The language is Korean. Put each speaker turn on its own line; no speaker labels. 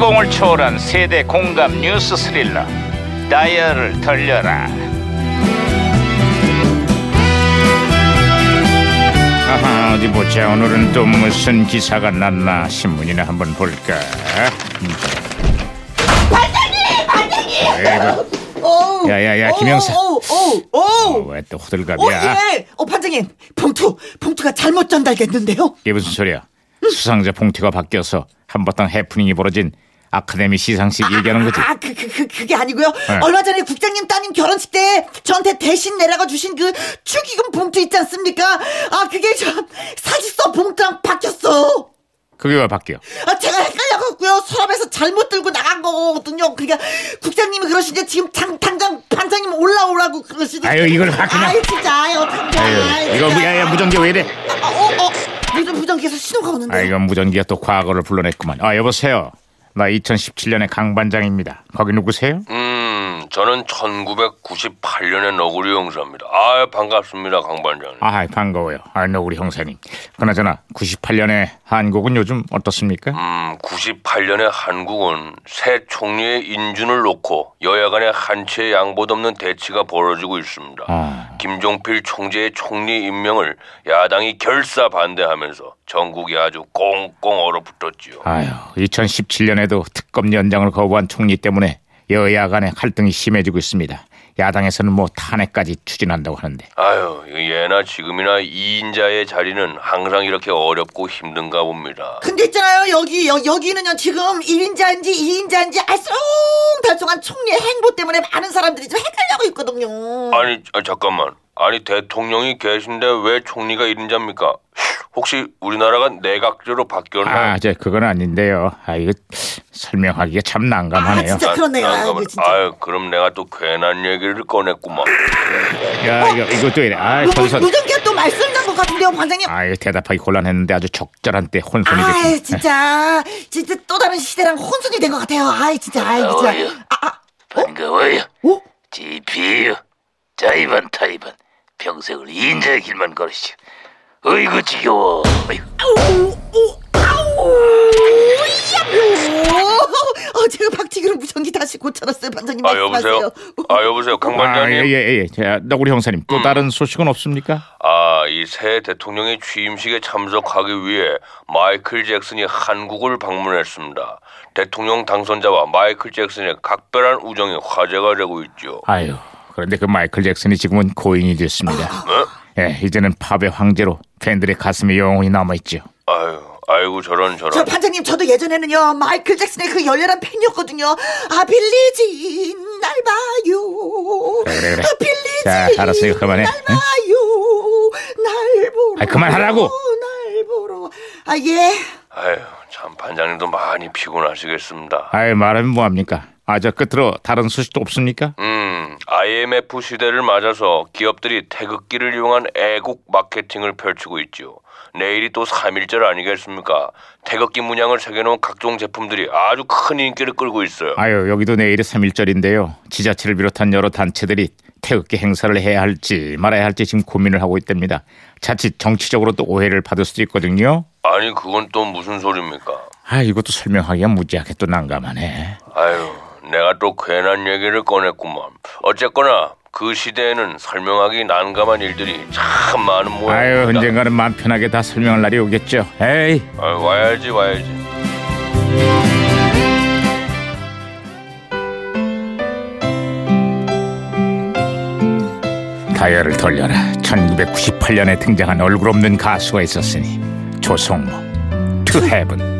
감동을 초월한 세대 공감 뉴스 스릴러 다이얼을 돌려라 아하 어디 보자 오늘은 또 무슨 기사가 났나 신문이나 한번 볼까 음. 반장님
어우,
야야야
어우,
김영사
어우, 어우, 어우.
뭐, 왜 또
어,
호들갑이야
예. 어, 반장님. 봉투, 봉투가 잘못 전달됐는데요.
이게 무슨 소리야? 수상자 봉투가 바뀌어서 한바탕 해프닝이 벌어진 아카데미 시상식 얘기하는 거지. 네.
아, 그, 그, 그, 그게 아니고요. 얼마 전에 국장님 따님 결혼식 때 저한테 대신 내라고 주신 그 축의금 봉투 있지 않습니까? 아, 그게 참 사실서 봉투랑 바뀌었어.
그게 왜 바뀌어?
아, 제가 헷갈려갖고요. 서랍에서 잘못 들고 나간 거거든요. 그러니까 국장님이 그러시는데 지금 당, 당장 반장님 올라오라고 그러시는데.
아유, 이걸 봐, 그냥.
아유, 진짜. 아유, 당장.
아유, 이거 무- 야야 무전기 왜 이래?
아, 어, 어. 무전, 무전기에서 신호가 오는데.
아 이건 무전기가 또 과거를 불러냈구만. 아 여보세요. 나 2017년의 강 반장입니다. 거기 누구세요?
음, 저는 1998년의 너구리 형사입니다. 아, 반갑습니다, 강 반장님.
아 반가워요. 아 너구리 형사님. 그나저나 98년에 한국은 요즘 어떻습니까?
음, 98년의 한국은 새 총리의 인준을 놓고 여야 간의 한치의 양보도 없는 대치가 벌어지고 있습니다.
아.
김종필 총재의 총리 임명을 야당이 결사 반대하면서 전국이 아주 꽁꽁 얼어붙었지요.
아유 2017년에도 특검 연장을 거부한 총리 때문에 여야 간의 갈등이 심해지고 있습니다. 야당에서는 뭐 탄핵까지 추진한다고 하는데.
아유, 이거 예나 지금이나 이인자의 자리는 항상 이렇게 어렵고 힘든가 봅니다.
근데 있잖아요 여기 여, 여기는요 지금 1인자인지 2인자인지 알쏭달쏭한 총리의 행보 때문에 많은 사람들이 좀 헷갈려고 있거든요
아니 아, 잠깐만 아니 대통령이 계신데 왜 총리가 일인자입니까? 혹시 우리나라가 내각제로 바뀌었나?
아, 저 그건 아닌데요. 아, 이거 설명하기가 참 난감하네요.
아, 진짜 그렇네요.
난- 난
아이고,
가만-
진짜.
아유, 그럼 내가 또 괜한 얘기를 꺼냈구만.
야, 이거 이것도 이래. 아,
무- 무-
혼선.
무전기가 또 말씀 난것 같은데요 반장님
아, 이거 대답하기 곤란했는데 아주 적절한 때 혼선이 됐군.
뭐. 아이 진짜 진짜 또 다른 시대랑 혼선이 된 것 같아요 아이 진짜 아이
예.
어이.
진짜 아, 아,
반가워요.
어?
GP요. 자이반 타이반. 평생을 인자의 길만 걸으시오. 어이구 지겨워. 어이구.
아우 오 아우 야오 어, 제가 박치기로 무전기 다시 고쳐놨어요 반장님
아 여보세요?
말씀하세요
아 여보세요, 강
아, 예,
반장님. 음.
예, 예. 자, 너구리 형사님 또 다른 소식은 없습니까?
아, 이 새 대통령의 취임식에 참석하기 위해 마이클 잭슨이 한국을 방문했습니다. 대통령 당선자와 마이클 잭슨의 각별한 우정이 화제가 되고 있죠.
아유, 그런데 그 마이클 잭슨이 지금은 고인이
아,
됐습니다.
어?
예, 이제는 팝의 황제로 팬들의 가슴에 영원히 남아있죠.
아유, 아이고 저런
저
저런.
반장님 저도 예전에는요 마이클 잭슨의 그 열렬한 팬이었거든요 아 빌리진 날 봐요
그래, 그래, 그래.
아, 빌리진
자, 알았어요. 그만해.
날
응?
봐요 날 보러
아, 그만하라고.
날 보러 아예
아유, 참 반장님도 많이 피곤하시겠습니다.
아유, 말하면 뭐합니까? 아, 저 끝으로 다른 소식도 없습니까?
음, IMF 시대를 맞아서 기업들이 태극기를 이용한 애국 마케팅을 펼치고 있죠. 내일이 또 3일절 아니겠습니까? 태극기 문양을 새겨놓은 각종 제품들이 아주 큰 인기를 끌고 있어요.
아유 여기도 내일이 3일절인데요 지자체를 비롯한 여러 단체들이 태극기 행사를 해야 할지 말아야 할지 지금 고민을 하고 있답니다 자칫 정치적으로 또 오해를 받을 수도 있거든요
아니, 그건 또 무슨 소리입니까?
아 이것도 설명하기가 무지하게 또 난감하네
아유, 내가 또 괜한 얘기를 꺼냈구만. 어쨌거나 그 시대에는 설명하기 난감한 일들이 참 많은
아유
모양입니다.
언젠가는 마음 편하게 다 설명할 날이 오겠죠 에이
아유, 와야지, 와야지.
다이얼을 돌려라 1998년에 등장한 얼굴 없는 가수가 있었으니 조성모 To Heaven